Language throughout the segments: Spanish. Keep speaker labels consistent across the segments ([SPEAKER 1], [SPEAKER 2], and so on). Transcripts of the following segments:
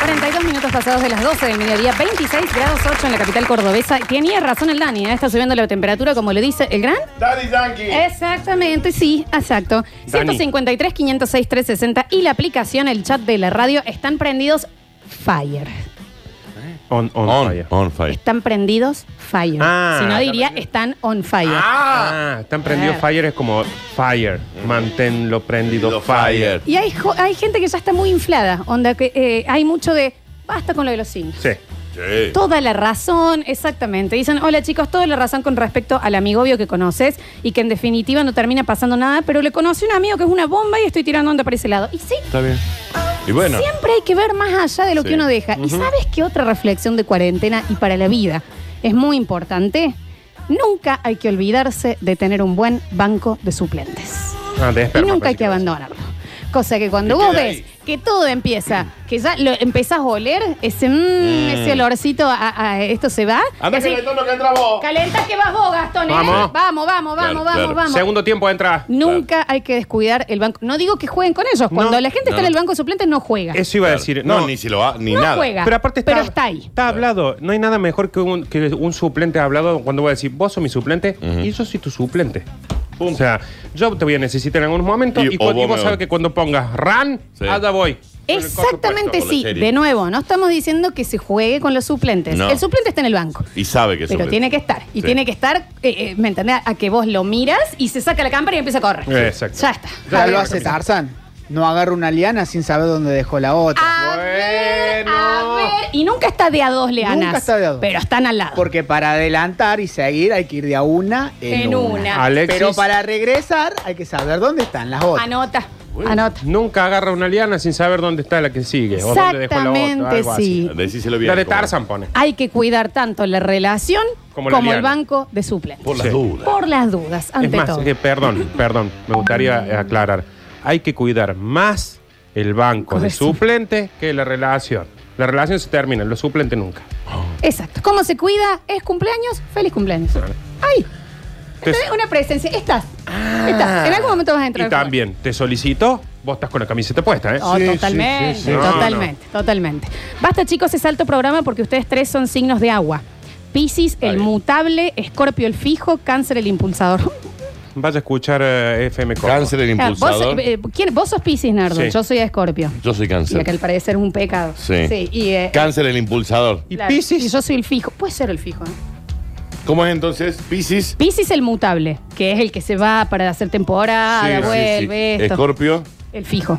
[SPEAKER 1] 42 minutos pasados de las 12 del mediodía, 26 grados 8 en la capital cordobesa. Tenía razón el Dani, ¿eh? está subiendo la temperatura como le dice el gran.
[SPEAKER 2] Daddy Yankee.
[SPEAKER 1] Exactamente, sí, exacto.
[SPEAKER 3] Dani.
[SPEAKER 1] 153, 506, 360 y la aplicación, el chat de la radio, están prendidos fire.
[SPEAKER 3] On, on,
[SPEAKER 2] On,
[SPEAKER 3] fire.
[SPEAKER 2] on fire.
[SPEAKER 1] Están prendidos fire.
[SPEAKER 3] Ah,
[SPEAKER 1] si no
[SPEAKER 3] está
[SPEAKER 1] diría,
[SPEAKER 3] prendido.
[SPEAKER 1] están on fire.
[SPEAKER 3] Ah, están prendidos
[SPEAKER 1] Eh.
[SPEAKER 3] fire, es como fire. Manténlo prendido
[SPEAKER 2] Mm. Prendido
[SPEAKER 3] fire.
[SPEAKER 2] fire.
[SPEAKER 1] Y hay, jo- hay gente que ya está muy inflada, onda que eh, hay mucho de basta con lo de los signos.
[SPEAKER 3] Sí.
[SPEAKER 2] Sí.
[SPEAKER 1] Toda la razón, exactamente. Dicen, hola chicos, toda la razón con respecto al amigobio que conoces y que en definitiva no termina pasando nada, pero le conocí a un amigo que es una bomba y estoy tirando onda para ese lado. Y sí,
[SPEAKER 3] Está bien.
[SPEAKER 2] Y bueno,
[SPEAKER 1] siempre hay que ver más allá de lo
[SPEAKER 2] Sí.
[SPEAKER 1] que uno deja. ¿Y sabes qué otra reflexión de cuarentena y para la vida es muy importante? Nunca hay que olvidarse de tener un buen banco de suplentes.
[SPEAKER 3] Ah, de
[SPEAKER 1] Y
[SPEAKER 3] esperma,
[SPEAKER 1] nunca hay
[SPEAKER 3] parece
[SPEAKER 1] que abandonarlo. Cosa que cuando
[SPEAKER 2] Que
[SPEAKER 1] vos
[SPEAKER 2] quede
[SPEAKER 1] ves
[SPEAKER 2] ahí.
[SPEAKER 1] que todo
[SPEAKER 2] Mm.
[SPEAKER 1] empieza, que ya lo empezás a oler, ese, mm, ese olorcito a, a esto se va.
[SPEAKER 2] anda
[SPEAKER 1] decís,
[SPEAKER 2] que tono que entra vos.
[SPEAKER 1] Calenta que vas vos, Gastón. ¿eh?
[SPEAKER 3] Vamos.
[SPEAKER 1] vamos, vamos,
[SPEAKER 2] Claro,
[SPEAKER 1] vamos, vamos,
[SPEAKER 2] claro.
[SPEAKER 1] vamos.
[SPEAKER 3] Segundo tiempo entra.
[SPEAKER 1] Nunca hay que descuidar el banco. No digo que jueguen con ellos. Cuando
[SPEAKER 3] No,
[SPEAKER 1] la gente está en
[SPEAKER 2] no.
[SPEAKER 1] el banco de suplentes, no juega.
[SPEAKER 3] Eso iba a decir.
[SPEAKER 2] no, ni si lo ha, ni
[SPEAKER 1] No
[SPEAKER 2] nada.
[SPEAKER 1] juega.
[SPEAKER 3] Pero aparte está,
[SPEAKER 1] Pero está ahí.
[SPEAKER 3] hablado. No hay nada mejor que un, que un suplente hablado cuando voy a decir, vos sos mi suplente y yo soy tu suplente. O sea, yo te voy a necesitar en algunos momentos y,
[SPEAKER 2] Y- o
[SPEAKER 3] cuando- y
[SPEAKER 2] vos
[SPEAKER 3] vos
[SPEAKER 2] me
[SPEAKER 3] sabes
[SPEAKER 2] vas.
[SPEAKER 3] que cuando pongas run,
[SPEAKER 2] Sí.
[SPEAKER 3] allá voy.
[SPEAKER 1] Exactamente
[SPEAKER 2] Con el
[SPEAKER 1] sí.
[SPEAKER 2] sheriff.
[SPEAKER 1] De nuevo, no estamos diciendo que se juegue con los suplentes.
[SPEAKER 2] No.
[SPEAKER 1] El suplente está en el banco.
[SPEAKER 2] Y sabe que es
[SPEAKER 1] Pero
[SPEAKER 2] suplente.
[SPEAKER 1] tiene que estar. Y
[SPEAKER 2] Sí.
[SPEAKER 1] tiene que estar, eh, eh, ¿me entendés? A que vos lo miras y se saca la cámara y empieza a correr.
[SPEAKER 3] Exacto.
[SPEAKER 1] Ya está.
[SPEAKER 4] Ya lo hace Tarzán. No agarra una liana sin saber dónde dejó la otra.
[SPEAKER 1] A ver,
[SPEAKER 3] Ah, Bueno.
[SPEAKER 1] a ver. Y nunca está de a dos, Leanas.
[SPEAKER 4] Nunca está de a dos.
[SPEAKER 1] Pero están al lado.
[SPEAKER 4] Porque para adelantar y seguir hay que ir de a una en,
[SPEAKER 1] En una.
[SPEAKER 3] Alexis
[SPEAKER 4] Pero para regresar hay que saber dónde están las otras.
[SPEAKER 1] Anota, anota.
[SPEAKER 3] nunca agarra una liana sin saber dónde está la que sigue o dónde dejó la otra.
[SPEAKER 1] Exactamente
[SPEAKER 3] algo así.
[SPEAKER 1] sí.
[SPEAKER 2] Decíselo bien.
[SPEAKER 3] La de
[SPEAKER 2] como-
[SPEAKER 3] Tarzan pone.
[SPEAKER 1] Hay que cuidar tanto la relación
[SPEAKER 3] Como
[SPEAKER 1] como,
[SPEAKER 3] la
[SPEAKER 1] el
[SPEAKER 3] liana.
[SPEAKER 1] banco de suplentes.
[SPEAKER 2] Por las
[SPEAKER 3] Sí.
[SPEAKER 2] dudas.
[SPEAKER 1] Por las dudas,
[SPEAKER 3] Es
[SPEAKER 1] ante
[SPEAKER 3] más,
[SPEAKER 1] todo.
[SPEAKER 3] es que, perdón, perdón, me gustaría aclarar. Hay que cuidar más el banco de
[SPEAKER 1] Correcto.
[SPEAKER 3] suplentes que la relación. La relación se termina, los suplentes nunca.
[SPEAKER 1] Exacto. ¿Cómo se cuida? ¿Es cumpleaños? Feliz cumpleaños. ¡Ay!
[SPEAKER 3] Entonces- Ah.
[SPEAKER 1] Tenés una presencia. Estás. Estás. En algún momento vas a entrar.
[SPEAKER 3] Y
[SPEAKER 1] al juego.
[SPEAKER 3] también, te solicito, vos estás con la camiseta puesta, ¿eh?
[SPEAKER 1] Oh, totalmente,
[SPEAKER 3] sí, sí, sí. No,
[SPEAKER 1] totalmente, totalmente. Basta, chicos, es alto programa porque ustedes tres son signos de agua. Piscis, el
[SPEAKER 2] bien.
[SPEAKER 1] mutable, Escorpio, el fijo, Cáncer, el impulsador.
[SPEAKER 3] Vaya a escuchar eh, FM Coco.
[SPEAKER 2] Cáncer
[SPEAKER 1] Ah,
[SPEAKER 2] el
[SPEAKER 1] Vos,
[SPEAKER 2] impulsador.
[SPEAKER 1] eh, ¿quién- vos sos Piscis, Nardo.
[SPEAKER 3] Sí.
[SPEAKER 1] Yo soy Escorpio.
[SPEAKER 2] Yo soy
[SPEAKER 1] Y que al
[SPEAKER 2] cáncer.
[SPEAKER 1] parecer es un pecado.
[SPEAKER 2] Sí.
[SPEAKER 1] y, eh,
[SPEAKER 2] Cáncer el impulsador.
[SPEAKER 3] Y
[SPEAKER 1] claro,
[SPEAKER 3] Piscis.
[SPEAKER 1] y yo soy el fijo. Puede ser el fijo. ¿eh?
[SPEAKER 2] ¿Cómo es entonces? Piscis.
[SPEAKER 1] Piscis, el mutable, que es el que se va para hacer temporada, vuelve. Ah, esto.
[SPEAKER 2] Escorpio.
[SPEAKER 1] El fijo.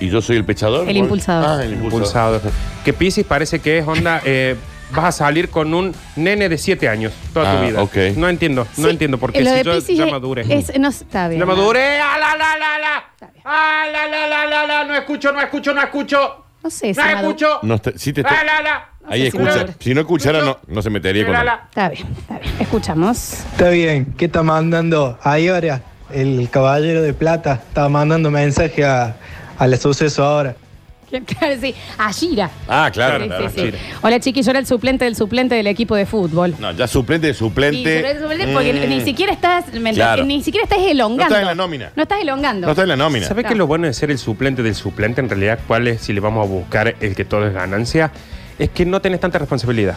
[SPEAKER 2] Y yo soy el pechador.
[SPEAKER 1] El
[SPEAKER 2] ¿Por-
[SPEAKER 1] impulsador.
[SPEAKER 2] Ah, el impulsador.
[SPEAKER 3] Impulsado. Que Pisces parece que es onda. eh, vas a salir con un nene de 7 años toda tu
[SPEAKER 2] Ah,
[SPEAKER 3] vida.
[SPEAKER 2] ok.
[SPEAKER 3] No entiendo, no
[SPEAKER 1] Sí, Eh,
[SPEAKER 3] entiendo por qué.
[SPEAKER 1] lo
[SPEAKER 3] Si
[SPEAKER 1] de
[SPEAKER 3] yo
[SPEAKER 1] Piscis
[SPEAKER 3] ya
[SPEAKER 1] es-
[SPEAKER 3] madure.
[SPEAKER 1] es- no está bien.
[SPEAKER 3] Ya madure. ¡Ah, la, la, la, la!
[SPEAKER 1] Está bien.
[SPEAKER 3] ¡Ah, la, la, la, la, la! No escucho, no escucho, no escucho.
[SPEAKER 1] No sé,
[SPEAKER 3] No
[SPEAKER 1] si madu-
[SPEAKER 3] escucho.
[SPEAKER 2] No está- sí te está-
[SPEAKER 3] ¡Ah, la, la!
[SPEAKER 2] Ahí
[SPEAKER 1] sé si
[SPEAKER 2] escucha.
[SPEAKER 1] madure.
[SPEAKER 2] Si no escuchara, no, no se metería con
[SPEAKER 3] La,
[SPEAKER 2] él.
[SPEAKER 3] la.
[SPEAKER 1] Está bien, está bien. Escuchamos.
[SPEAKER 5] Está bien, ¿qué está mandando? Ahí ahora el caballero de plata está mandando mensaje a, al suceso ahora.
[SPEAKER 1] Claro, sí. A Shira.
[SPEAKER 2] Ah, claro.
[SPEAKER 1] Sí,
[SPEAKER 2] claro,
[SPEAKER 1] sí, sí.
[SPEAKER 2] claro.
[SPEAKER 1] Hola, chiqui, yo era el suplente del suplente del equipo de fútbol.
[SPEAKER 2] No, ya suplente de
[SPEAKER 1] Sí, yo
[SPEAKER 2] suplente.
[SPEAKER 1] era el suplente porque
[SPEAKER 2] Mm.
[SPEAKER 1] ni siquiera estás, ¿me entendés?
[SPEAKER 2] Claro.
[SPEAKER 1] ni siquiera estás elongando.
[SPEAKER 2] No estás en la nómina.
[SPEAKER 1] No estás elongando.
[SPEAKER 2] No está en la nómina.
[SPEAKER 3] ¿Sabes qué es lo bueno de ser el suplente del suplente? En realidad, ¿cuál es? Si le vamos a buscar el que todo es ganancia, es que no tenés tanta responsabilidad.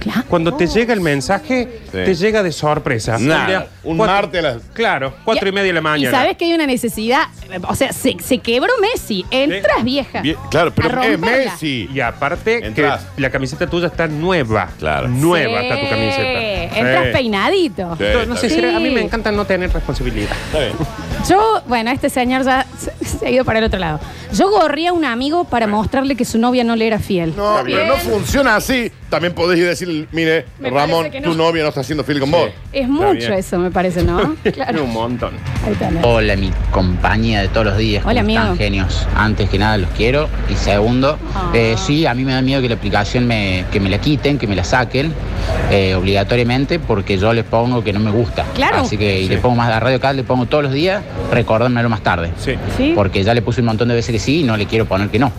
[SPEAKER 1] Claro.
[SPEAKER 3] Cuando te llega el mensaje,
[SPEAKER 2] Sí.
[SPEAKER 3] te llega de sorpresa.
[SPEAKER 2] Nah,
[SPEAKER 3] En realidad,
[SPEAKER 2] un
[SPEAKER 3] cuatro-
[SPEAKER 2] martes a las-
[SPEAKER 3] Claro, cuatro y media de la mañana.
[SPEAKER 1] Y sabes que hay una necesidad. O sea, se, se quebró Messi. Entras
[SPEAKER 3] Sí.
[SPEAKER 1] vieja.
[SPEAKER 2] Bien, claro, pero
[SPEAKER 1] A
[SPEAKER 2] es
[SPEAKER 1] romperla.
[SPEAKER 2] Messi.
[SPEAKER 3] Y aparte,
[SPEAKER 2] Entrás.
[SPEAKER 3] que la camiseta tuya está nueva.
[SPEAKER 2] Claro.
[SPEAKER 3] Nueva
[SPEAKER 1] Sí.
[SPEAKER 3] está tu camiseta.
[SPEAKER 1] Entras
[SPEAKER 3] Sí.
[SPEAKER 1] peinadito.
[SPEAKER 2] Sí,
[SPEAKER 3] No, no
[SPEAKER 2] está
[SPEAKER 3] sé,
[SPEAKER 1] bien.
[SPEAKER 3] será- a mí
[SPEAKER 1] Sí.
[SPEAKER 3] me encanta no tener responsabilidad.
[SPEAKER 2] Está bien.
[SPEAKER 1] Yo, bueno, este señor ya se- se ha ido para el otro lado. Yo gorré a un amigo para mostrarle que su novia no le era fiel.
[SPEAKER 2] No, pero no funciona así. También podés ir a decir, mire,
[SPEAKER 1] Me
[SPEAKER 2] Ramón,
[SPEAKER 1] parece que
[SPEAKER 2] tu
[SPEAKER 1] no.
[SPEAKER 2] novia no está haciendo fil con vos.
[SPEAKER 1] Es mucho
[SPEAKER 3] bien.
[SPEAKER 1] eso, me parece, ¿no? Claro.
[SPEAKER 3] Un montón.
[SPEAKER 1] Ahí está, ¿no?
[SPEAKER 6] Hola, mi compañía de todos los días.
[SPEAKER 1] Hola,
[SPEAKER 6] ¿Cómo están,
[SPEAKER 1] amigo.
[SPEAKER 6] genios. Antes que nada los quiero. Y segundo,
[SPEAKER 1] Ah.
[SPEAKER 6] eh, sí, a mí me da miedo que la aplicación me, que me la quiten, que me la saquen eh, obligatoriamente, porque yo les pongo que no me gusta.
[SPEAKER 1] Claro.
[SPEAKER 6] Así que y
[SPEAKER 3] Sí.
[SPEAKER 6] le pongo más a Radio Cat, le pongo todos los días, recordármelo más tarde.
[SPEAKER 3] Sí.
[SPEAKER 1] Sí.
[SPEAKER 6] Porque ya le puse un montón de veces que sí y no le quiero poner que no.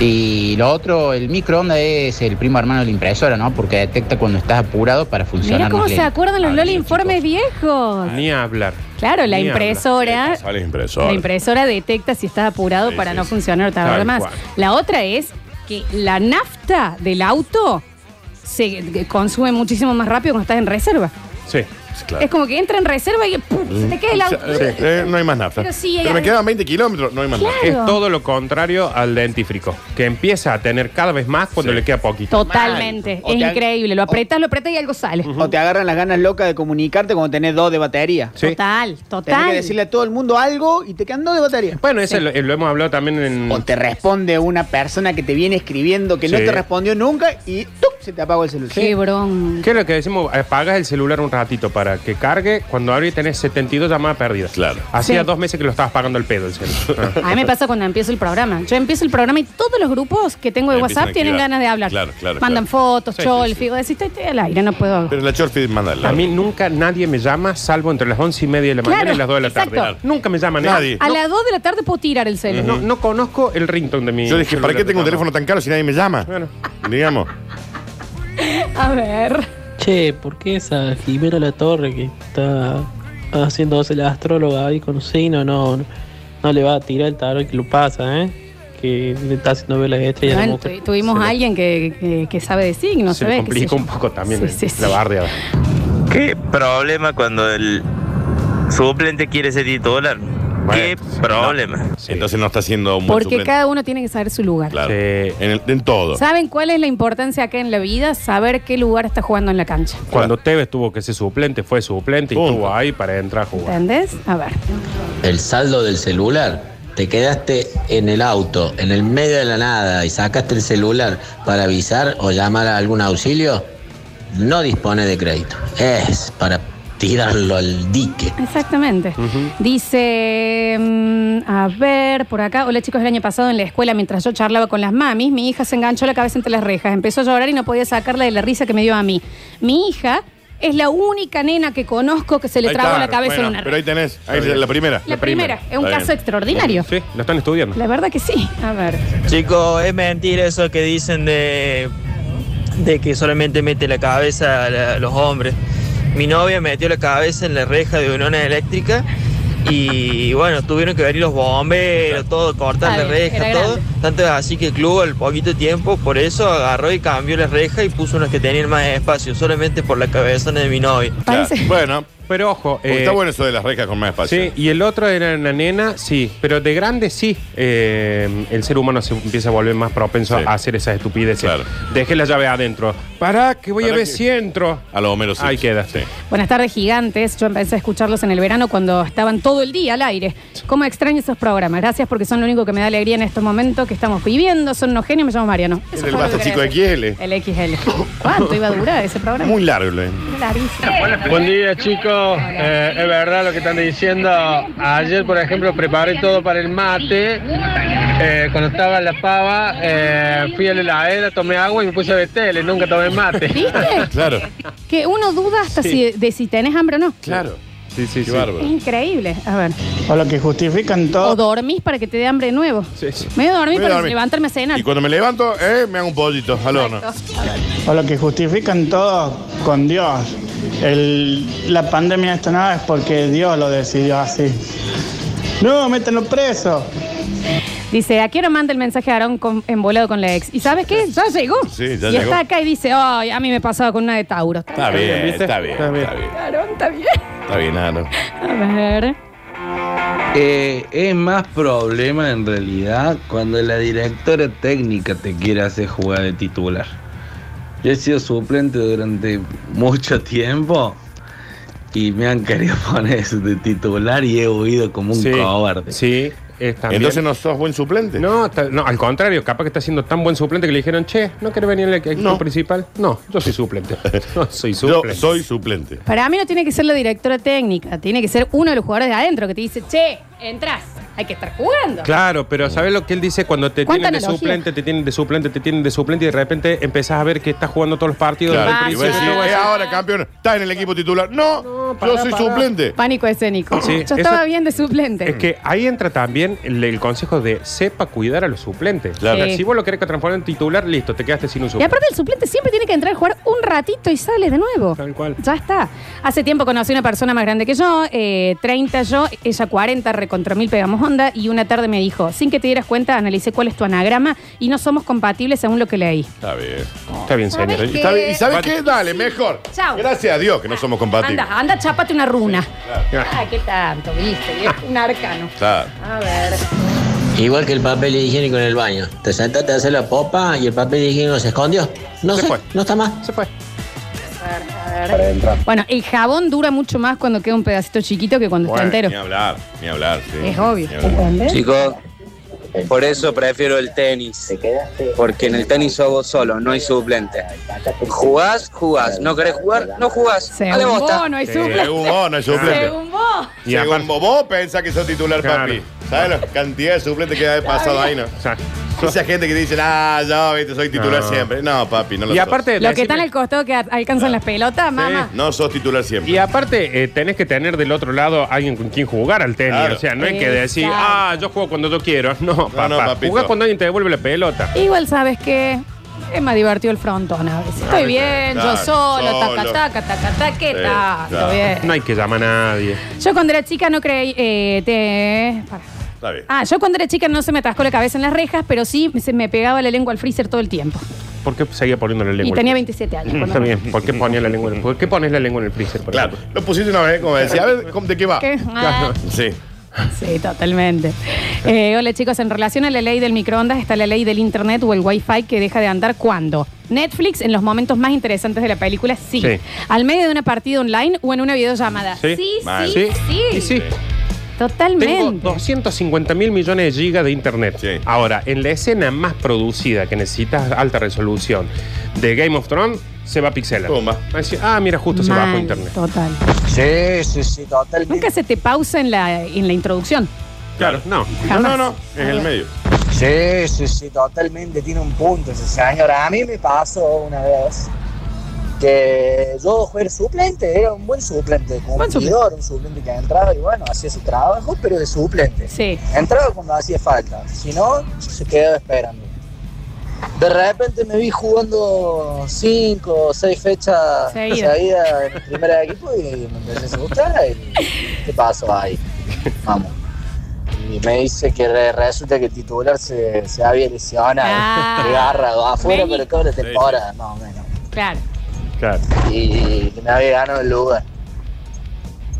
[SPEAKER 6] Y lo otro, el microondas es el primo hermano de la impresora, ¿no? Porque detecta cuando estás apurado para funcionar.
[SPEAKER 1] Mira
[SPEAKER 6] más
[SPEAKER 1] cómo se
[SPEAKER 6] lento.
[SPEAKER 1] acuerdan los
[SPEAKER 6] Ah,
[SPEAKER 1] Lola
[SPEAKER 6] bien,
[SPEAKER 1] informes
[SPEAKER 6] chicos.
[SPEAKER 1] viejos.
[SPEAKER 3] Ni hablar.
[SPEAKER 1] Claro, la
[SPEAKER 3] Ni hablar.
[SPEAKER 1] impresora.
[SPEAKER 2] Sale
[SPEAKER 1] La
[SPEAKER 2] impresor.
[SPEAKER 1] impresora detecta si estás apurado
[SPEAKER 2] Sí,
[SPEAKER 1] para
[SPEAKER 2] sí,
[SPEAKER 1] no
[SPEAKER 2] sí.
[SPEAKER 1] funcionar tarde
[SPEAKER 3] Tal
[SPEAKER 1] más.
[SPEAKER 3] cual.
[SPEAKER 1] La otra es que la nafta del auto se que consume muchísimo más rápido cuando estás en reserva.
[SPEAKER 3] Sí.
[SPEAKER 2] Claro.
[SPEAKER 1] Es como que entra en reserva y ¡pum! se te queda el auto.
[SPEAKER 2] Sí, eh, no hay más nafta.
[SPEAKER 1] Pero sí, hay-
[SPEAKER 2] me quedan 20 kilómetros, no hay más
[SPEAKER 1] Claro.
[SPEAKER 2] nafta.
[SPEAKER 3] Es todo lo contrario al dentífrico, que empieza a tener cada vez más cuando
[SPEAKER 2] Sí.
[SPEAKER 3] le queda poquito.
[SPEAKER 1] Totalmente.
[SPEAKER 4] O
[SPEAKER 1] es
[SPEAKER 4] te ag-
[SPEAKER 1] increíble. Lo apretas, lo apretas y algo sale.
[SPEAKER 4] O te agarran las ganas locas de comunicarte cuando tenés dos de batería.
[SPEAKER 3] Sí.
[SPEAKER 1] Total,
[SPEAKER 4] Tenés
[SPEAKER 1] total.
[SPEAKER 4] que decirle a todo el mundo algo y te quedan dos de batería.
[SPEAKER 3] Bueno, eso lo, eh, lo hemos hablado también en...
[SPEAKER 4] O te responde una persona que te viene escribiendo que no
[SPEAKER 3] Mm. Sí.
[SPEAKER 4] te respondió nunca y ¡tup! se te apagó el celular.
[SPEAKER 1] Qué bronca.
[SPEAKER 3] ¿Qué es lo que decimos? Apagas el celular un ratito para que cargue. Cuando abres tenés 72 llamadas perdidas.
[SPEAKER 2] Claro.
[SPEAKER 3] Hacía
[SPEAKER 1] Sí.
[SPEAKER 3] dos meses que lo estabas pagando el pedo el celular.
[SPEAKER 1] A mí me pasa cuando empiezo el programa. Yo empiezo el programa y todos los grupos que tengo de
[SPEAKER 2] Empiezan
[SPEAKER 1] WhatsApp tienen
[SPEAKER 2] actividad.
[SPEAKER 1] ganas de hablar.
[SPEAKER 2] Claro, claro,
[SPEAKER 1] Mandan fotos,
[SPEAKER 3] Sí, sí,
[SPEAKER 1] chol,
[SPEAKER 3] sí.
[SPEAKER 1] figo. Decís, estoy, estoy al aire, no puedo.
[SPEAKER 2] Pero la Chorfi, mándala.
[SPEAKER 3] A mí nunca nadie me llama, salvo entre las once y media de la mañana
[SPEAKER 1] Claro,
[SPEAKER 3] y las 2 de la
[SPEAKER 1] exacto.
[SPEAKER 3] tarde. Nunca me llama
[SPEAKER 2] Nadie.
[SPEAKER 1] A las 2 de la tarde puedo tirar el celu.
[SPEAKER 3] No, no conozco el ringtone de mi.
[SPEAKER 2] Yo dije, ¿para
[SPEAKER 3] celular
[SPEAKER 2] qué
[SPEAKER 3] de
[SPEAKER 2] tengo un
[SPEAKER 3] cama?
[SPEAKER 2] teléfono tan caro si nadie me llama?
[SPEAKER 3] Bueno.
[SPEAKER 2] Digamos.
[SPEAKER 1] A ver.
[SPEAKER 7] Che, ¿por qué esa Jimena La Torre que está haciéndose la astróloga ahí con un signo no, no le va a tirar el tarot que lo pasa, eh? Que le está haciendo ver las estrellas. a la
[SPEAKER 1] Bueno,
[SPEAKER 7] mujer.
[SPEAKER 1] tu- tuvimos
[SPEAKER 3] Se
[SPEAKER 1] a
[SPEAKER 3] le-
[SPEAKER 1] alguien que, que- que sabe de signos,
[SPEAKER 3] Se
[SPEAKER 1] ¿sabes?
[SPEAKER 3] le
[SPEAKER 1] Qué sé yo.
[SPEAKER 3] complica un poco también
[SPEAKER 1] Sí, sí, sí.
[SPEAKER 3] la bardeada.
[SPEAKER 8] ¿Qué problema cuando el suplente quiere ser titular? ¿Qué
[SPEAKER 2] Bueno,
[SPEAKER 8] problema?
[SPEAKER 3] Sí.
[SPEAKER 2] Entonces no está siendo un buen
[SPEAKER 1] Porque
[SPEAKER 2] suplente.
[SPEAKER 1] cada uno tiene que saber su lugar.
[SPEAKER 2] Claro.
[SPEAKER 3] Sí.
[SPEAKER 2] En, el- en todo.
[SPEAKER 1] ¿Saben cuál es la importancia acá en la vida? Saber qué lugar está jugando en la cancha.
[SPEAKER 3] Cuando Tevez tuvo que ser suplente, fue suplente y
[SPEAKER 2] Punto.
[SPEAKER 3] estuvo ahí para entrar a jugar.
[SPEAKER 1] ¿Entendés? A ver.
[SPEAKER 9] El saldo del celular. Te quedaste en el auto, en el medio de la nada, y sacaste el celular para avisar o llamar a algún auxilio. No dispone de crédito. Es para tirarlo al dique.
[SPEAKER 1] Exactamente. Dice, mm, a ver, por acá, hola chicos, el año pasado en la escuela, mientras yo charlaba con las mamis, mi hija se enganchó la cabeza entre las rejas, empezó a llorar y no podía sacarla de la risa que me dio a mí. Mi hija es la única nena que conozco que se le
[SPEAKER 2] Ahí
[SPEAKER 1] trabó
[SPEAKER 2] está.
[SPEAKER 1] la cabeza
[SPEAKER 2] Bueno,
[SPEAKER 1] en una
[SPEAKER 2] Pero ahí
[SPEAKER 1] reja.
[SPEAKER 2] tenés. Ahí es la primera.
[SPEAKER 1] La primera, es un
[SPEAKER 2] Está
[SPEAKER 1] caso
[SPEAKER 2] bien.
[SPEAKER 1] extraordinario.
[SPEAKER 3] Sí, lo están estudiando.
[SPEAKER 1] La verdad que sí. A ver.
[SPEAKER 10] Chicos, es mentira eso que dicen de, de que solamente mete la cabeza a la- los hombres. Mi novia metió la cabeza en la reja de una ona eléctrica y bueno, tuvieron que venir los bomberos, todo, cortar
[SPEAKER 1] Está
[SPEAKER 10] la
[SPEAKER 1] bien,
[SPEAKER 10] reja,
[SPEAKER 1] era
[SPEAKER 10] todo.
[SPEAKER 1] grande.
[SPEAKER 10] Tanto es así que el club al poquito tiempo por eso agarró y cambió la reja y puso unas que tenían más espacio, solamente por la cabeza de mi novia.
[SPEAKER 2] Claro.
[SPEAKER 1] Parece-
[SPEAKER 2] Bueno,
[SPEAKER 3] Pero ojo.
[SPEAKER 2] porque
[SPEAKER 3] eh,
[SPEAKER 2] está bueno eso de las rejas con más espacio.
[SPEAKER 3] Sí, y el otro era una nena, sí, pero de grande sí. eh, el ser humano se empieza a volver más propenso
[SPEAKER 2] Sí.
[SPEAKER 3] a hacer esas estupideces.
[SPEAKER 2] Claro.
[SPEAKER 3] Deje la llave adentro. Pará, que voy
[SPEAKER 2] Pará
[SPEAKER 3] a ver
[SPEAKER 2] que-
[SPEAKER 3] si entro.
[SPEAKER 2] A los Homero Simpson.
[SPEAKER 3] Ahí queda.
[SPEAKER 2] Sí.
[SPEAKER 1] Buenas tardes, gigantes. Yo empecé a escucharlos en el verano cuando estaban todo el día al aire. ¿Cómo extraño esos programas? Gracias porque son lo único que me da alegría en estos momentos que estamos viviendo. Son unos genios, me llamo Mariano. Eso
[SPEAKER 2] Es
[SPEAKER 1] fue
[SPEAKER 2] el
[SPEAKER 1] lo
[SPEAKER 2] Basta
[SPEAKER 1] que
[SPEAKER 2] Chico
[SPEAKER 1] quería
[SPEAKER 2] XL.
[SPEAKER 1] decir. El XL. ¿Cuánto iba a durar ese programa?
[SPEAKER 2] Muy largo. ¿eh?
[SPEAKER 1] larguísimo.
[SPEAKER 11] Buen día chicos, Eh, es verdad lo que están diciendo. Ayer, por ejemplo, preparé todo para el mate. Eh, cuando estaba en la pava, eh, fui a la heladera, tomé agua y me puse a ver tele. Nunca tomé mate.
[SPEAKER 1] ¿Viste?
[SPEAKER 2] Claro.
[SPEAKER 1] Que uno duda hasta si, de si tenés hambre o no.
[SPEAKER 2] Claro.
[SPEAKER 3] Sí, sí,
[SPEAKER 2] Qué
[SPEAKER 3] sí.
[SPEAKER 1] Es
[SPEAKER 2] bárbaro.
[SPEAKER 1] increíble. A ver.
[SPEAKER 4] O lo que justifican
[SPEAKER 1] O
[SPEAKER 4] todo.
[SPEAKER 1] dormís para que te dé hambre de nuevo.
[SPEAKER 3] Sí, sí.
[SPEAKER 1] Me voy a dormir
[SPEAKER 2] Voy a
[SPEAKER 1] para
[SPEAKER 2] dormir.
[SPEAKER 1] levantarme a cenar.
[SPEAKER 2] Y cuando me levanto, eh, me hago un pollito al horno.
[SPEAKER 1] Exacto.
[SPEAKER 11] O lo que justifican todo con Dios. la pandemia esta nada es porque Dios lo decidió así. No, métanlo preso.
[SPEAKER 1] Dice, ¿a qué hora manda el mensaje a Aarón con- embolado con la ex? ¿Y sabes qué? Ya llegó.
[SPEAKER 2] Sí, ya
[SPEAKER 1] y
[SPEAKER 2] llegó.
[SPEAKER 1] está acá y dice, ay, a mí me pasaba con una de Tauro.
[SPEAKER 2] Está bien,
[SPEAKER 3] ¿viste?
[SPEAKER 2] está bien,
[SPEAKER 3] Está
[SPEAKER 2] está
[SPEAKER 3] bien.
[SPEAKER 2] bien. Está bien,
[SPEAKER 1] Aarón, está bien.
[SPEAKER 2] Nano.
[SPEAKER 1] A ver.
[SPEAKER 9] Eh, es más problema en realidad cuando la directora técnica te quiere hacer jugar de titular. Yo he sido suplente durante mucho tiempo y me han querido poner de titular y he huido como un
[SPEAKER 3] Sí,
[SPEAKER 9] cobarde.
[SPEAKER 3] Sí, es también.
[SPEAKER 2] Entonces no sos buen suplente.
[SPEAKER 3] No, ta- no, al contrario, capaz que está siendo tan buen suplente que le dijeron, che, ¿no querés venir al equipo
[SPEAKER 2] No.
[SPEAKER 3] principal? No, yo soy suplente. No, soy
[SPEAKER 2] Yo
[SPEAKER 3] suplente.
[SPEAKER 2] soy suplente.
[SPEAKER 1] Para mí no tiene que ser la directora técnica, tiene que ser uno de los jugadores de adentro que te dice, che, entras, hay que estar jugando.
[SPEAKER 3] Claro, pero ¿sabes lo que él dice? Cuando te
[SPEAKER 1] ¿Cuánta
[SPEAKER 3] tienen de
[SPEAKER 1] analogía?
[SPEAKER 3] suplente, te tienen de suplente, te tienen de suplente y de repente empezás a ver que estás jugando todos los partidos.
[SPEAKER 2] Claro.
[SPEAKER 3] desde el
[SPEAKER 2] Y voy a
[SPEAKER 3] principio.
[SPEAKER 2] decir,
[SPEAKER 1] Pasa.
[SPEAKER 2] "Eh, ahora campeón, estás en el equipo titular. No, Yo soy suplente.
[SPEAKER 1] Pánico escénico.
[SPEAKER 3] Sí,
[SPEAKER 1] Yo
[SPEAKER 3] eso-
[SPEAKER 1] estaba bien de suplente.
[SPEAKER 3] Es que ahí entra también el, el consejo de sepa cuidar a los suplentes.
[SPEAKER 1] Claro.
[SPEAKER 3] O sea,
[SPEAKER 1] Sí.
[SPEAKER 3] Si vos lo querés que transforme en titular, listo, te quedaste sin un
[SPEAKER 1] Y
[SPEAKER 3] suplente.
[SPEAKER 1] aparte el suplente siempre tiene que entrar a jugar un ratito y sale de nuevo.
[SPEAKER 3] Tal cual.
[SPEAKER 1] Ya está. Hace tiempo conocí una persona más grande que yo, eh, 30 yo, ella 40, recontra mil pegamos onda, y una tarde me dijo, sin que te dieras cuenta, analicé cuál es tu anagrama y no somos compatibles según lo que leí.
[SPEAKER 2] Está bien.
[SPEAKER 3] Está bien, señor.
[SPEAKER 1] ¿Sabes qué?
[SPEAKER 2] Está bien. ¿Y sabes qué? Dale, mejor.
[SPEAKER 1] Chao.
[SPEAKER 2] Gracias a Dios que no somos compatibles.
[SPEAKER 1] Anda, anda, chápate una runa.
[SPEAKER 2] Claro.
[SPEAKER 1] Ay, qué tanto, viste,
[SPEAKER 2] Ah.
[SPEAKER 1] es un arcano.
[SPEAKER 2] Claro.
[SPEAKER 1] A ver.
[SPEAKER 12] Igual que el papel higiénico en el baño. Te sentaste a hacer la popa y el papel higiénico se escondió. No se fue. No está más.
[SPEAKER 3] Se fue.
[SPEAKER 1] Bueno, el jabón dura mucho más cuando queda un pedacito chiquito que cuando
[SPEAKER 2] Bueno,
[SPEAKER 1] está
[SPEAKER 2] Ni
[SPEAKER 1] entero.
[SPEAKER 2] hablar, ni hablar. sí.
[SPEAKER 1] Es obvio.
[SPEAKER 2] Ni hablar.
[SPEAKER 13] Chicos, por eso prefiero el tenis. Porque en el tenis sos vos solo, no hay suplente. Jugás, jugás. No querés jugar, no jugás.
[SPEAKER 1] Según
[SPEAKER 13] Dale bosta.
[SPEAKER 1] vos, no hay
[SPEAKER 2] Sí,
[SPEAKER 1] suplente.
[SPEAKER 2] según vos, no hay suplente.
[SPEAKER 1] Según vos.
[SPEAKER 2] Y Según aparte- vos, vos pensás que sos titular, papi. ¿Sabes la cantidad de suplentes que ha pasado ahí, no? Esa gente que dice, ah, yo viste, soy titular
[SPEAKER 3] No.
[SPEAKER 2] siempre. No, papi, no lo
[SPEAKER 3] Y
[SPEAKER 2] sos.
[SPEAKER 3] aparte,
[SPEAKER 1] Lo que está en el costado que alcanzan las pelotas, mamá.
[SPEAKER 2] No sos titular siempre.
[SPEAKER 3] Y aparte, eh, tenés que tener del otro lado alguien con quien jugar al tenis.
[SPEAKER 2] Claro.
[SPEAKER 3] O sea, no hay que decir,
[SPEAKER 1] Exacto.
[SPEAKER 3] ah, yo juego cuando yo quiero. No, papá.
[SPEAKER 2] no, papito.
[SPEAKER 3] jugás cuando alguien te devuelve la pelota.
[SPEAKER 1] Igual sabes que es más divertido el frontón a veces. Estoy
[SPEAKER 3] Ah,
[SPEAKER 1] bien,
[SPEAKER 3] claro,
[SPEAKER 1] yo sola, taca,
[SPEAKER 3] solo.
[SPEAKER 1] taca, taca, taca, ¿qué
[SPEAKER 3] Sí,
[SPEAKER 1] tal?
[SPEAKER 3] claro.
[SPEAKER 1] bien.
[SPEAKER 3] No hay que llamar a nadie.
[SPEAKER 1] Yo cuando era chica no creí. eh, te- para.
[SPEAKER 2] Está bien.
[SPEAKER 1] Ah, yo cuando era chica no se me atascó la cabeza en las rejas, pero sí se me pegaba la lengua al freezer todo el tiempo.
[SPEAKER 3] ¿Por qué seguía poniendo la
[SPEAKER 1] Y
[SPEAKER 3] lengua? en
[SPEAKER 1] tenía
[SPEAKER 3] el
[SPEAKER 1] 27 años.
[SPEAKER 3] freezer?
[SPEAKER 1] cuando-
[SPEAKER 3] Está bien. ¿Por qué ponía la lengua en el, ¿Por qué pones la lengua en el freezer? Claro.
[SPEAKER 2] Lo pusiste una vez, como decía, a ver, ¿cómo- ¿de qué va?
[SPEAKER 1] ¿Qué? Ah.
[SPEAKER 2] Sí.
[SPEAKER 1] Sí, totalmente. Eh, hola chicos, en relación a la ley del microondas está la ley del internet o el wifi que deja de andar cuando. Netflix en los momentos más interesantes de la película, sí.
[SPEAKER 3] Sí.
[SPEAKER 1] Al medio de una partida online o en una videollamada. Sí, sí,
[SPEAKER 3] Mal.
[SPEAKER 1] sí.
[SPEAKER 3] Y sí. Tengo
[SPEAKER 1] Totalmente.
[SPEAKER 3] 250 mil millones de gigas de internet. Ahora, en la escena más producida que necesitas alta resolución de Game of Thrones, se va a pixelar. Va a decir, ah, mira, justo se
[SPEAKER 1] Mal,
[SPEAKER 3] bajó internet.
[SPEAKER 1] Total.
[SPEAKER 13] Sí, sí, sí, totalmente.
[SPEAKER 1] Nunca se te pausa en la, en la introducción.
[SPEAKER 3] Claro, no.
[SPEAKER 1] Jamás.
[SPEAKER 13] No, no, no,
[SPEAKER 2] En el medio.
[SPEAKER 13] Sí, sí, sí, totalmente tiene un punto ese señor. A mí me pasó una vez que yo fui el suplente, era un buen suplente, cumplidor, un suplente que entraba y bueno, hacía su trabajo, pero de suplente.
[SPEAKER 1] Sí.
[SPEAKER 13] Entraba cuando hacía falta, si no, se quedaba esperando. De repente me vi jugando cinco o seis fechas
[SPEAKER 1] Seguidas.
[SPEAKER 13] seguidas en el primer equipo y me empecé a gustar y ¿qué pasó ahí? Vamos. Y me dice que re- resulta que el titular se, se había lesionado.
[SPEAKER 1] Ah.
[SPEAKER 13] de garra, o afuera, pero toda la
[SPEAKER 1] Sí, sí.
[SPEAKER 13] temporada, más o menos.
[SPEAKER 1] Claro.
[SPEAKER 3] Claro.
[SPEAKER 13] Y que me había ganado el lugar.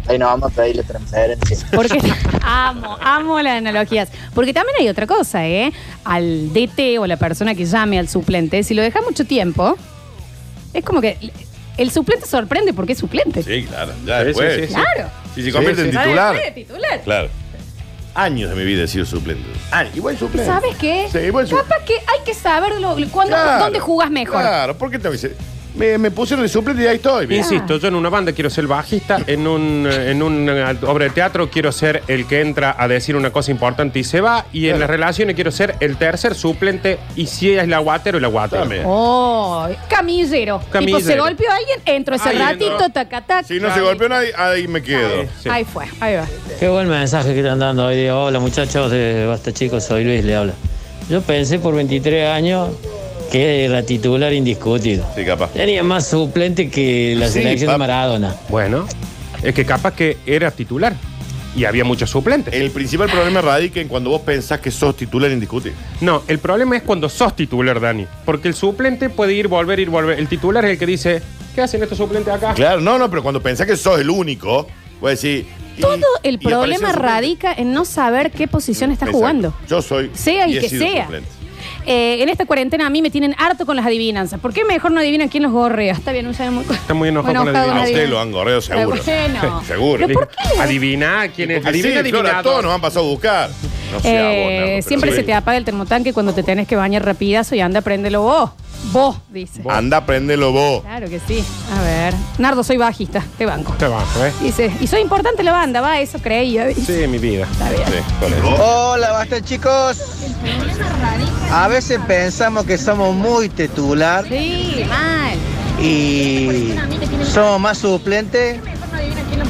[SPEAKER 13] Ahí no vamos a pedirle transferencia.
[SPEAKER 1] Porque amo, amo las analogías. Porque también hay otra cosa, ¿eh? Al DT o la persona que llame al suplente, si lo deja mucho tiempo, es como que el suplente sorprende porque es suplente.
[SPEAKER 2] Sí, claro. Ya
[SPEAKER 1] Sí,
[SPEAKER 2] después.
[SPEAKER 1] sí, sí, sí. Claro.
[SPEAKER 2] Si se convierte en
[SPEAKER 1] Ya
[SPEAKER 2] titular.
[SPEAKER 1] después de titular.
[SPEAKER 2] Claro. Años de mi vida he sido suplente. Ah, igual
[SPEAKER 1] ¿Y
[SPEAKER 2] suplente.
[SPEAKER 1] sabes qué?
[SPEAKER 2] Sí, igual suplente.
[SPEAKER 1] Capaz que hay que saber lo- cuándo-
[SPEAKER 2] Claro,
[SPEAKER 1] dónde jugás mejor.
[SPEAKER 2] Claro, ¿por qué te dice? Me, me pusieron de suplente y ahí estoy. bien.
[SPEAKER 3] Insisto, yo en una banda quiero ser bajista, en un eh, en una obra de teatro quiero ser el que entra a decir una cosa importante y se va, y en las relaciones quiero ser el tercer suplente, y si es el aguatero, el aguatero.
[SPEAKER 1] Oh, camillero. Tipo,
[SPEAKER 3] Camillero.
[SPEAKER 1] se golpeó alguien, entro ese
[SPEAKER 2] Ahí
[SPEAKER 1] ratito,
[SPEAKER 2] entro.
[SPEAKER 1] taca, taca.
[SPEAKER 2] Si no se golpeó nadie, ahí me quedo.
[SPEAKER 1] Ahí fue, ahí va.
[SPEAKER 14] Qué buen mensaje que están dando hoy. Diego. Hola muchachos, de basta chicos, soy Luis, le habla. Yo pensé por 23 años que era titular indiscutido.
[SPEAKER 2] Sí, capaz.
[SPEAKER 14] Tenía más suplente que la
[SPEAKER 3] Sí,
[SPEAKER 14] selección
[SPEAKER 3] pap-
[SPEAKER 14] de Maradona.
[SPEAKER 3] Bueno, es que capaz que era titular y había muchos suplentes.
[SPEAKER 2] El principal problema radica en cuando vos pensás que sos titular indiscutible.
[SPEAKER 3] No, el problema es cuando sos titular, Dani. Porque el suplente puede ir, volver, ir, volver. El titular es el que dice, ¿qué hacen estos suplentes acá?
[SPEAKER 2] Claro, no, no, pero cuando pensás que sos el único, vos decís. y-
[SPEAKER 1] Todo el
[SPEAKER 2] y aparece
[SPEAKER 1] problema
[SPEAKER 2] el suplente.
[SPEAKER 1] radica en no saber qué posición está
[SPEAKER 2] Exacto.
[SPEAKER 1] jugando.
[SPEAKER 2] Yo soy.
[SPEAKER 1] Sea el
[SPEAKER 2] he
[SPEAKER 1] que
[SPEAKER 2] sido
[SPEAKER 1] sea.
[SPEAKER 2] suplente.
[SPEAKER 1] Eh, en esta cuarentena a mí me tienen harto con las adivinanzas. ¿Por qué mejor no adivinan quién los gorrea? Está bien, no saben muy...
[SPEAKER 3] Está muy enojado con la
[SPEAKER 1] Enojado,
[SPEAKER 3] adivina.
[SPEAKER 1] nadie.
[SPEAKER 2] Ustedes lo han gorreado seguro.
[SPEAKER 1] Pero bueno.
[SPEAKER 2] seguro.
[SPEAKER 1] ¿Pero por qué?
[SPEAKER 3] Adivina quién es.
[SPEAKER 2] Porque
[SPEAKER 3] Adivina
[SPEAKER 2] sí, Flor, a
[SPEAKER 3] adivinado.
[SPEAKER 2] todos nos han pasado a buscar. No sé a vos,
[SPEAKER 1] Eh,
[SPEAKER 2] Nardo, pero
[SPEAKER 1] siempre
[SPEAKER 2] sí.
[SPEAKER 1] se te apaga el termotanque cuando te tenés que bañar rapidazo y anda, préndelo vos. Vos, dice.
[SPEAKER 2] Anda, prendelo vos.
[SPEAKER 1] Claro que sí. A ver. Nardo, soy bajista. Te banco.
[SPEAKER 3] Te bajo, ¿eh?
[SPEAKER 1] Dice, y soy importante la banda, va, eso creía. dice.
[SPEAKER 3] Sí, mi vida.
[SPEAKER 15] Hola, basta chicos. A veces pensamos que somos muy titular
[SPEAKER 1] Sí, mal.
[SPEAKER 15] y somos más suplente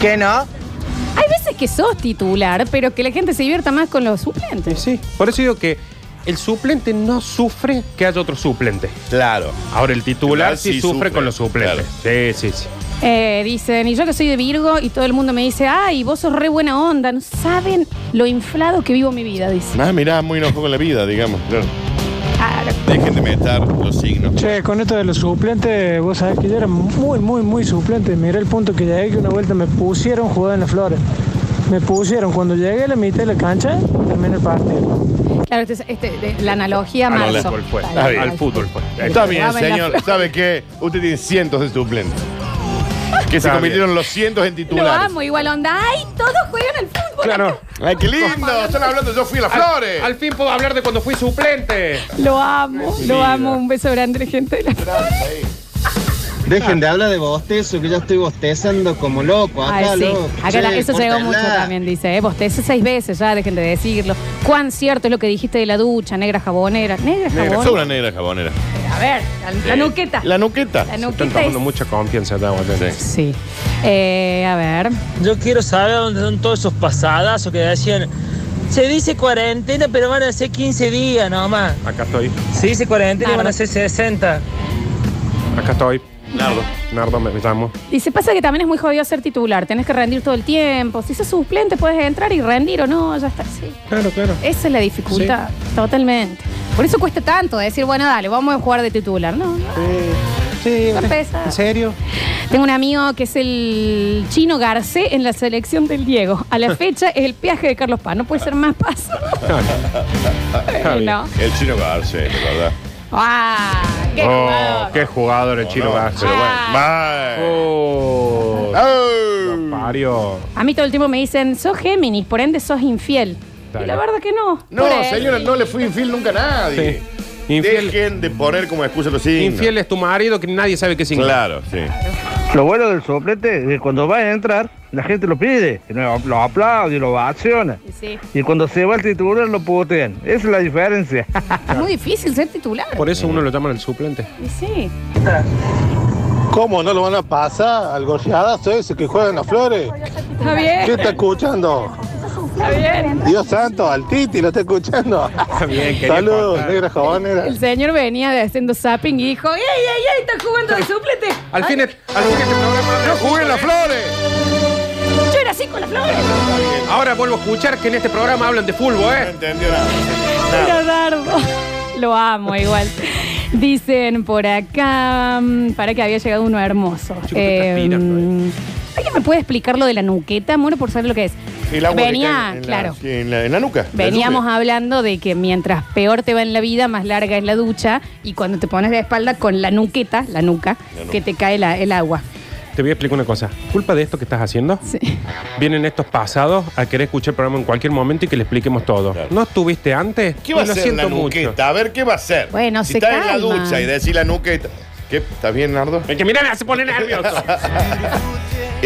[SPEAKER 15] ¿Qué no?
[SPEAKER 1] Hay veces que sos titular, pero que la gente se divierta más con los suplentes.
[SPEAKER 3] Sí. Por eso digo que el suplente no sufre que haya otro suplente.
[SPEAKER 2] Claro.
[SPEAKER 3] Ahora el titular
[SPEAKER 2] Claro,
[SPEAKER 3] sí,
[SPEAKER 2] sí
[SPEAKER 3] sufre,
[SPEAKER 2] sufre,
[SPEAKER 3] con los suplentes. Sí, sí, sí.
[SPEAKER 1] Eh, dicen, y yo que soy de Virgo y todo el mundo me dice, ay, vos sos re buena onda, no saben lo inflado que vivo mi vida, dice.
[SPEAKER 2] Ah, mirá, muy enojado con la vida, digamos. Claro. Dejen de meter los signos.
[SPEAKER 16] Che, con esto de los suplentes, vos sabés que yo era muy, muy, muy suplente. Mirá el punto que llegué, que una vuelta me pusieron jugando en las flores. Me pusieron, cuando llegué a la mitad de la cancha, terminé el partido.
[SPEAKER 1] Claro, este, es- este- de- la analogía
[SPEAKER 2] Al
[SPEAKER 1] marzo.
[SPEAKER 2] fútbol fue.
[SPEAKER 1] Está
[SPEAKER 2] Está
[SPEAKER 1] bien.
[SPEAKER 2] bien.
[SPEAKER 3] Al fútbol fue.
[SPEAKER 2] Está bien,
[SPEAKER 1] Jugaban
[SPEAKER 2] señor.
[SPEAKER 1] las-
[SPEAKER 2] ¿Sabe qué? Usted tiene cientos de suplentes. Que se
[SPEAKER 3] Está
[SPEAKER 2] convirtieron los cientos en
[SPEAKER 1] Lo
[SPEAKER 2] titulares. Ah,
[SPEAKER 1] amo, igual onda. ¡Ay, todos juegan al fútbol!
[SPEAKER 3] Claro.
[SPEAKER 2] ¡Ay, qué lindo! Están hablando, yo fui a las flores.
[SPEAKER 3] Al fin puedo hablar de cuando fui suplente.
[SPEAKER 1] Lo amo,
[SPEAKER 3] Sí,
[SPEAKER 1] lo
[SPEAKER 3] vida.
[SPEAKER 1] amo. Un beso grande, la gente de la
[SPEAKER 17] Dejen de hablar de bostezo, que ya estoy bostezando como loco. Acá,
[SPEAKER 1] Ay, sí.
[SPEAKER 17] loco.
[SPEAKER 1] Acá
[SPEAKER 17] Che,
[SPEAKER 1] la- eso llegó
[SPEAKER 17] córtala.
[SPEAKER 1] mucho también, dice. Eh, bostece seis veces, ya dejen de decirlo. Cuán cierto es lo que dijiste de la ducha, negra jabonera. Negra
[SPEAKER 2] Negra,
[SPEAKER 1] jabonera.
[SPEAKER 2] sobre negra jabonera.
[SPEAKER 1] A ver, la, la
[SPEAKER 2] Sí.
[SPEAKER 1] nuqueta.
[SPEAKER 2] La nuqueta.
[SPEAKER 1] La
[SPEAKER 3] Se
[SPEAKER 1] nuqueta
[SPEAKER 3] están tomando
[SPEAKER 1] es-
[SPEAKER 3] mucha confianza de agua.
[SPEAKER 1] Sí. Eh, a ver.
[SPEAKER 10] Yo quiero saber dónde son todos esos pasadazos que decían. Se dice cuarentena, pero van a ser 15 días nomás.
[SPEAKER 3] Acá estoy.
[SPEAKER 10] Se dice cuarentena,
[SPEAKER 1] Nardo.
[SPEAKER 10] van a ser 60.
[SPEAKER 3] Acá estoy. Nardo. Nardo, me llamo.
[SPEAKER 1] Dice, pasa que también es muy jodido ser titular. Tenés que rendir todo el tiempo. Si sos suplente, puedes entrar y rendir o no, ya está. Sí.
[SPEAKER 3] Claro, claro.
[SPEAKER 1] Esa es la dificultad, totalmente. Por eso cuesta tanto decir, bueno, dale, vamos a jugar de titular. No, no.
[SPEAKER 3] Sí,
[SPEAKER 1] Está pesado.
[SPEAKER 3] ¿En serio?
[SPEAKER 1] Tengo un amigo que es el chino Garcé en la selección del Diego. A la fecha es el peaje de Carlos Paz. No puede ser más paso.
[SPEAKER 2] Está bien.
[SPEAKER 1] No.
[SPEAKER 2] El chino Garce, de verdad.
[SPEAKER 1] ¡Ah! ¡Qué
[SPEAKER 3] oh,
[SPEAKER 1] jugador!
[SPEAKER 3] qué jugador el chino García.
[SPEAKER 2] Pero bueno. Ah.
[SPEAKER 3] Oh.
[SPEAKER 2] Oh.
[SPEAKER 3] Lo parió.
[SPEAKER 1] A mí todo el tiempo me dicen, sos Géminis, por ende sos infiel.
[SPEAKER 3] Dale.
[SPEAKER 1] Y la verdad que no.
[SPEAKER 2] No,
[SPEAKER 1] Por ahí.
[SPEAKER 2] señora, no le fui infiel nunca a nadie. Dejen de poner como excusa los signos.
[SPEAKER 3] Infiel es tu marido que nadie sabe qué significa.
[SPEAKER 2] Claro, sí.
[SPEAKER 18] Lo bueno del soplete es que cuando va a entrar, la gente lo pide, lo lo aplaude, lo ovaciona.
[SPEAKER 1] Sí.
[SPEAKER 18] Y cuando se va el titular, lo putean. Esa es la diferencia.
[SPEAKER 1] Es muy difícil ser titular.
[SPEAKER 3] Por eso uno lo llaman el suplente.
[SPEAKER 1] Y sí.
[SPEAKER 19] ¿Cómo no lo van a pasar al gorjeadazo ese que juega en las flores?
[SPEAKER 1] Está bien.
[SPEAKER 19] ¿Qué está escuchando?
[SPEAKER 1] Está bien.
[SPEAKER 19] Dios santo, al Titi lo está escuchando.
[SPEAKER 3] Ah, bien, quería
[SPEAKER 19] Salud,
[SPEAKER 3] cortar.
[SPEAKER 19] negra jabonera.
[SPEAKER 1] El señor venía de haciendo zapping y dijo, ¡Ey, ey, ey! ¡Estás jugando de suplete!
[SPEAKER 3] Al fin, al fin este programa. eh!
[SPEAKER 2] ¡Yo jugué en las flores!
[SPEAKER 1] Yo era así con las flores.
[SPEAKER 3] Ahora vuelvo a escuchar que en este programa hablan de fútbol, ¿eh? No
[SPEAKER 2] entendió nada.
[SPEAKER 1] Era dardo. Lo amo igual. Dicen por acá, mm, para que había llegado uno hermoso. Eh, ¿Alguien me puede explicar lo de la nuqueta? Muero por saber lo que es.
[SPEAKER 2] El agua que cae
[SPEAKER 1] Venía,
[SPEAKER 2] en la-
[SPEAKER 1] claro.
[SPEAKER 2] sí, en, la, en la nuca. la
[SPEAKER 1] Veníamos
[SPEAKER 2] lluvia.
[SPEAKER 1] hablando de que mientras peor te va en la vida, más larga es la ducha. Y cuando te pones de espalda con la nuqueta, la nuca,
[SPEAKER 3] La nuca.
[SPEAKER 1] que te cae la- el agua.
[SPEAKER 3] Te voy a explicar una cosa. Culpa de esto que estás haciendo, vienen estos pasados a querer escuchar el programa en cualquier momento y que le expliquemos todo. No estuviste antes,
[SPEAKER 2] ¿Qué va
[SPEAKER 3] y
[SPEAKER 2] a
[SPEAKER 3] lo
[SPEAKER 2] hacer
[SPEAKER 3] siento
[SPEAKER 2] la
[SPEAKER 3] mucho.
[SPEAKER 2] nuqueta? A ver, ¿qué va a hacer?
[SPEAKER 1] Bueno,
[SPEAKER 2] si
[SPEAKER 1] se
[SPEAKER 2] está en la
[SPEAKER 1] calma.
[SPEAKER 2] ducha y decís la nuqueta. ¿Qué? ¿Estás bien, Nardo?
[SPEAKER 3] Es que mira, se pone nervioso.
[SPEAKER 2] Es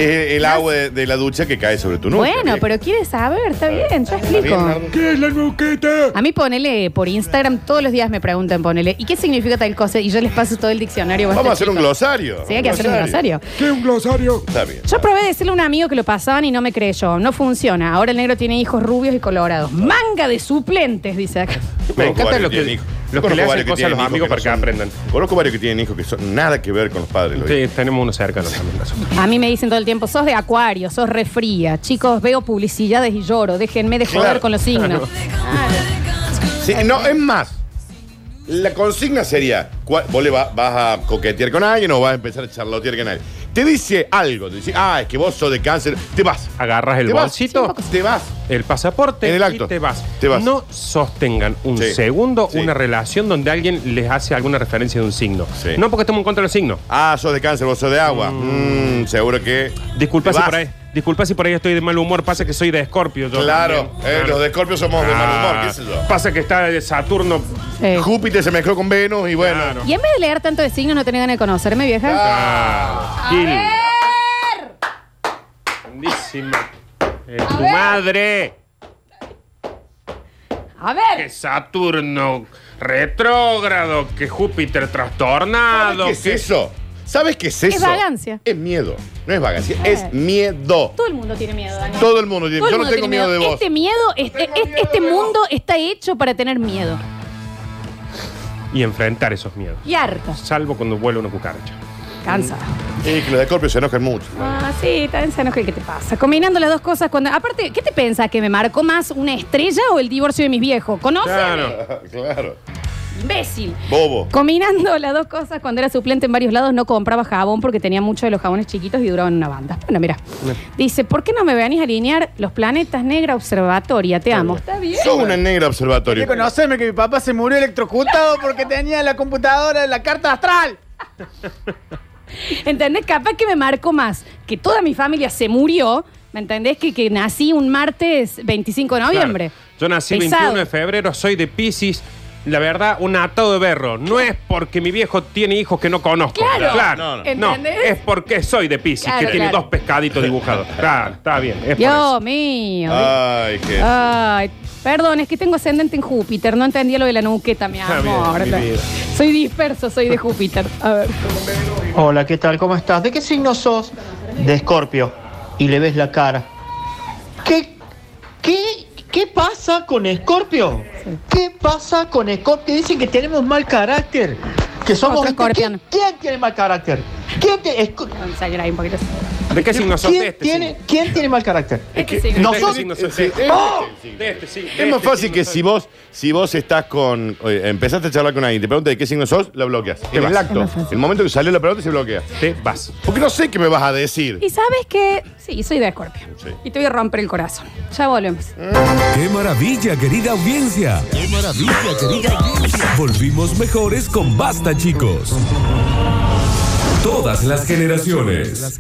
[SPEAKER 2] Eh, el agua de, de la ducha que cae sobre tu nuca.
[SPEAKER 1] bueno,
[SPEAKER 2] bien. Ah,
[SPEAKER 1] pero quieres saber, está bien, yo
[SPEAKER 2] bien,
[SPEAKER 1] explico.
[SPEAKER 2] Nardo.
[SPEAKER 3] ¿Qué es la nuqueta?
[SPEAKER 1] A mí ponele por Instagram, todos los días me preguntan, ponele, ¿y qué significa tal cosa? Y yo les paso todo el diccionario.
[SPEAKER 2] Vamos
[SPEAKER 1] basta,
[SPEAKER 2] a hacer un
[SPEAKER 1] chicos.
[SPEAKER 2] glosario.
[SPEAKER 1] Sí, hay que hacer un glosario.
[SPEAKER 3] ¿Qué es un glosario?
[SPEAKER 2] Está bien.
[SPEAKER 1] Yo probé decirle a un amigo que lo pasaban y no me creyó. No funciona. Ahora el negro tiene hijos rubios y colorados. Manga de suplentes, dice acá.
[SPEAKER 3] Me
[SPEAKER 2] Conozco
[SPEAKER 3] encanta
[SPEAKER 2] varios
[SPEAKER 3] lo que,
[SPEAKER 2] tienen hijos.
[SPEAKER 3] los que
[SPEAKER 2] Conozco
[SPEAKER 3] le hacen
[SPEAKER 2] varios que
[SPEAKER 3] cosas a
[SPEAKER 2] tienen
[SPEAKER 3] los
[SPEAKER 2] hijos
[SPEAKER 3] amigos
[SPEAKER 2] que
[SPEAKER 3] para que
[SPEAKER 2] no son-
[SPEAKER 3] aprendan.
[SPEAKER 2] Conozco varios que tienen hijos que son nada que ver con los padres. lo
[SPEAKER 3] Sí, tenemos uno cerca también. nosotros.
[SPEAKER 1] A mí me dicen todo el tiempo, sos de acuario, sos re fría. Chicos, veo publicidades y lloro. Déjenme de joder
[SPEAKER 2] Claro.
[SPEAKER 1] con los signos.
[SPEAKER 2] Sí, no, es más. La consigna sería, cua- vos le va- vas a coquetear con alguien o vas a empezar a charlotear con alguien. Te dice algo, te dice, ah, es que vos sos de cáncer, te vas.
[SPEAKER 3] Agarras el
[SPEAKER 2] Te vas.
[SPEAKER 3] bolsito,
[SPEAKER 2] te vas.
[SPEAKER 3] el pasaporte
[SPEAKER 2] En el acto.
[SPEAKER 3] y te vas.
[SPEAKER 2] Te vas.
[SPEAKER 3] No sostengan un
[SPEAKER 2] Sí.
[SPEAKER 3] segundo
[SPEAKER 2] Sí.
[SPEAKER 3] una relación donde alguien les hace alguna referencia de un signo. No porque estemos en contra del signo.
[SPEAKER 2] Ah, sos de cáncer, vos sos de agua. Mm, seguro que.
[SPEAKER 3] Disculpa
[SPEAKER 2] te
[SPEAKER 3] si,
[SPEAKER 2] vas.
[SPEAKER 3] por ahí, disculpa si por ahí estoy de mal humor, pasa que soy de escorpio. yo
[SPEAKER 2] Claro, eh,
[SPEAKER 3] también. Claro.
[SPEAKER 2] los de Scorpio somos de mal humor,
[SPEAKER 3] Ah,
[SPEAKER 2] qué sé yo.
[SPEAKER 3] Pasa que está de Saturno. Eh.
[SPEAKER 1] Sí.
[SPEAKER 2] Júpiter se mezcló con Venus y bueno.
[SPEAKER 1] Eh, Y en vez de leer tanto de signos, no tenés ganas de conocerme, vieja.
[SPEAKER 3] Ah, Gil. Grandísima. Eh, tu madre.
[SPEAKER 1] A ver.
[SPEAKER 3] Que Saturno retrógrado, que Júpiter trastornado.
[SPEAKER 2] ¿Qué es eso? ¿Sabes qué es eso?
[SPEAKER 1] Es vagancia.
[SPEAKER 2] Es miedo. No es vagancia, es miedo.
[SPEAKER 1] Todo el mundo tiene miedo, Daniel.
[SPEAKER 2] Todo el mundo tiene-
[SPEAKER 1] Todo el
[SPEAKER 2] yo no
[SPEAKER 1] mundo
[SPEAKER 2] tengo
[SPEAKER 1] tiene
[SPEAKER 2] miedo de vos.
[SPEAKER 1] Este miedo, este, este- este mundo está hecho para tener miedo.
[SPEAKER 3] y enfrentar esos miedos.
[SPEAKER 1] Y harto.
[SPEAKER 3] Salvo cuando vuela una cucaracha.
[SPEAKER 1] Cansa.
[SPEAKER 2] Y que los de Scorpio se enojan mucho.
[SPEAKER 1] Ah, sí, también se enoja. ¿Qué te pasa? Combinando las dos cosas cuando. Aparte, ¿qué te pensás? ¿Que me marcó más una estrella o el divorcio de mis viejos? ¿Conoces?
[SPEAKER 2] Claro, claro.
[SPEAKER 1] Imbécil.
[SPEAKER 2] Bobo.
[SPEAKER 1] Combinando las dos cosas, cuando era suplente en varios lados no compraba jabón porque tenía muchos de los jabones chiquitos y duraban una banda. Bueno, mira. Dice, ¿por qué no me venís a alinear los planetas negra observatoria? Te amo. Está bien.
[SPEAKER 2] Sos una negra observatorio.
[SPEAKER 4] Quiere conocerme que mi papá se murió electrocutado porque tenía en la computadora de la carta astral.
[SPEAKER 1] ¿Entendés? Capaz que me marcó más que toda mi familia se murió. ¿Me entendés? Que, que nací un martes 25 de noviembre.
[SPEAKER 3] Claro. Yo nací
[SPEAKER 1] Pesado.
[SPEAKER 3] 21 de febrero, soy de Pisces. La verdad, un atado de berro. No es porque mi viejo tiene hijos que no conozco.
[SPEAKER 1] Claro.
[SPEAKER 3] No,
[SPEAKER 1] No, no, no. ¿Entendés?
[SPEAKER 3] es porque soy de Pisces,
[SPEAKER 1] Claro,
[SPEAKER 3] que tiene
[SPEAKER 1] claro.
[SPEAKER 3] dos pescaditos dibujados. Claro, está bien. es por
[SPEAKER 1] Dios mío.
[SPEAKER 3] eso.
[SPEAKER 2] Ah,
[SPEAKER 3] Ay, qué.
[SPEAKER 1] Ah. Ay, perdón, es que tengo ascendente en Júpiter. No entendía lo de la nuqueta, mi
[SPEAKER 20] Está bien,
[SPEAKER 1] amor.
[SPEAKER 20] mi vida.
[SPEAKER 1] soy disperso, soy de Júpiter. A ver.
[SPEAKER 20] Hola, ¿qué tal? ¿Cómo estás? ¿De qué signo sos? De Escorpio. Y le ves la cara. ¿Qué, qué, qué pasa con Escorpio? ¿Qué pasa con Escorpio? Dicen que tenemos mal carácter. Que somos
[SPEAKER 1] Otro
[SPEAKER 20] ¿viste? ¿Quién, quién tiene mal carácter? ¿Quién te- Esco-
[SPEAKER 3] ¿De qué signo sos?
[SPEAKER 20] ¿Quién
[SPEAKER 3] De este
[SPEAKER 20] tiene, ¿Quién tiene mal carácter?
[SPEAKER 3] Este signo.
[SPEAKER 20] Nosotros.
[SPEAKER 3] De este signo sos.
[SPEAKER 2] Sí.
[SPEAKER 20] ¡Oh!
[SPEAKER 3] De este signo.
[SPEAKER 2] Es más fácil que si vos, si vos estás con. oye, empezaste a charlar con alguien, te pregunta de qué signo sos, la bloqueas. En
[SPEAKER 3] vas.
[SPEAKER 2] el acto. En el momento que salió la pregunta se bloquea.
[SPEAKER 3] Te vas.
[SPEAKER 2] Porque no sé qué me vas a decir.
[SPEAKER 1] Y sabes que. Sí, soy de Escorpio. Y te voy a romper el corazón. Ya volvemos.
[SPEAKER 21] ¡Qué maravilla, querida audiencia! ¡Qué maravilla, querida audiencia! Volvimos mejores con Basta, chicos. Todas las generaciones.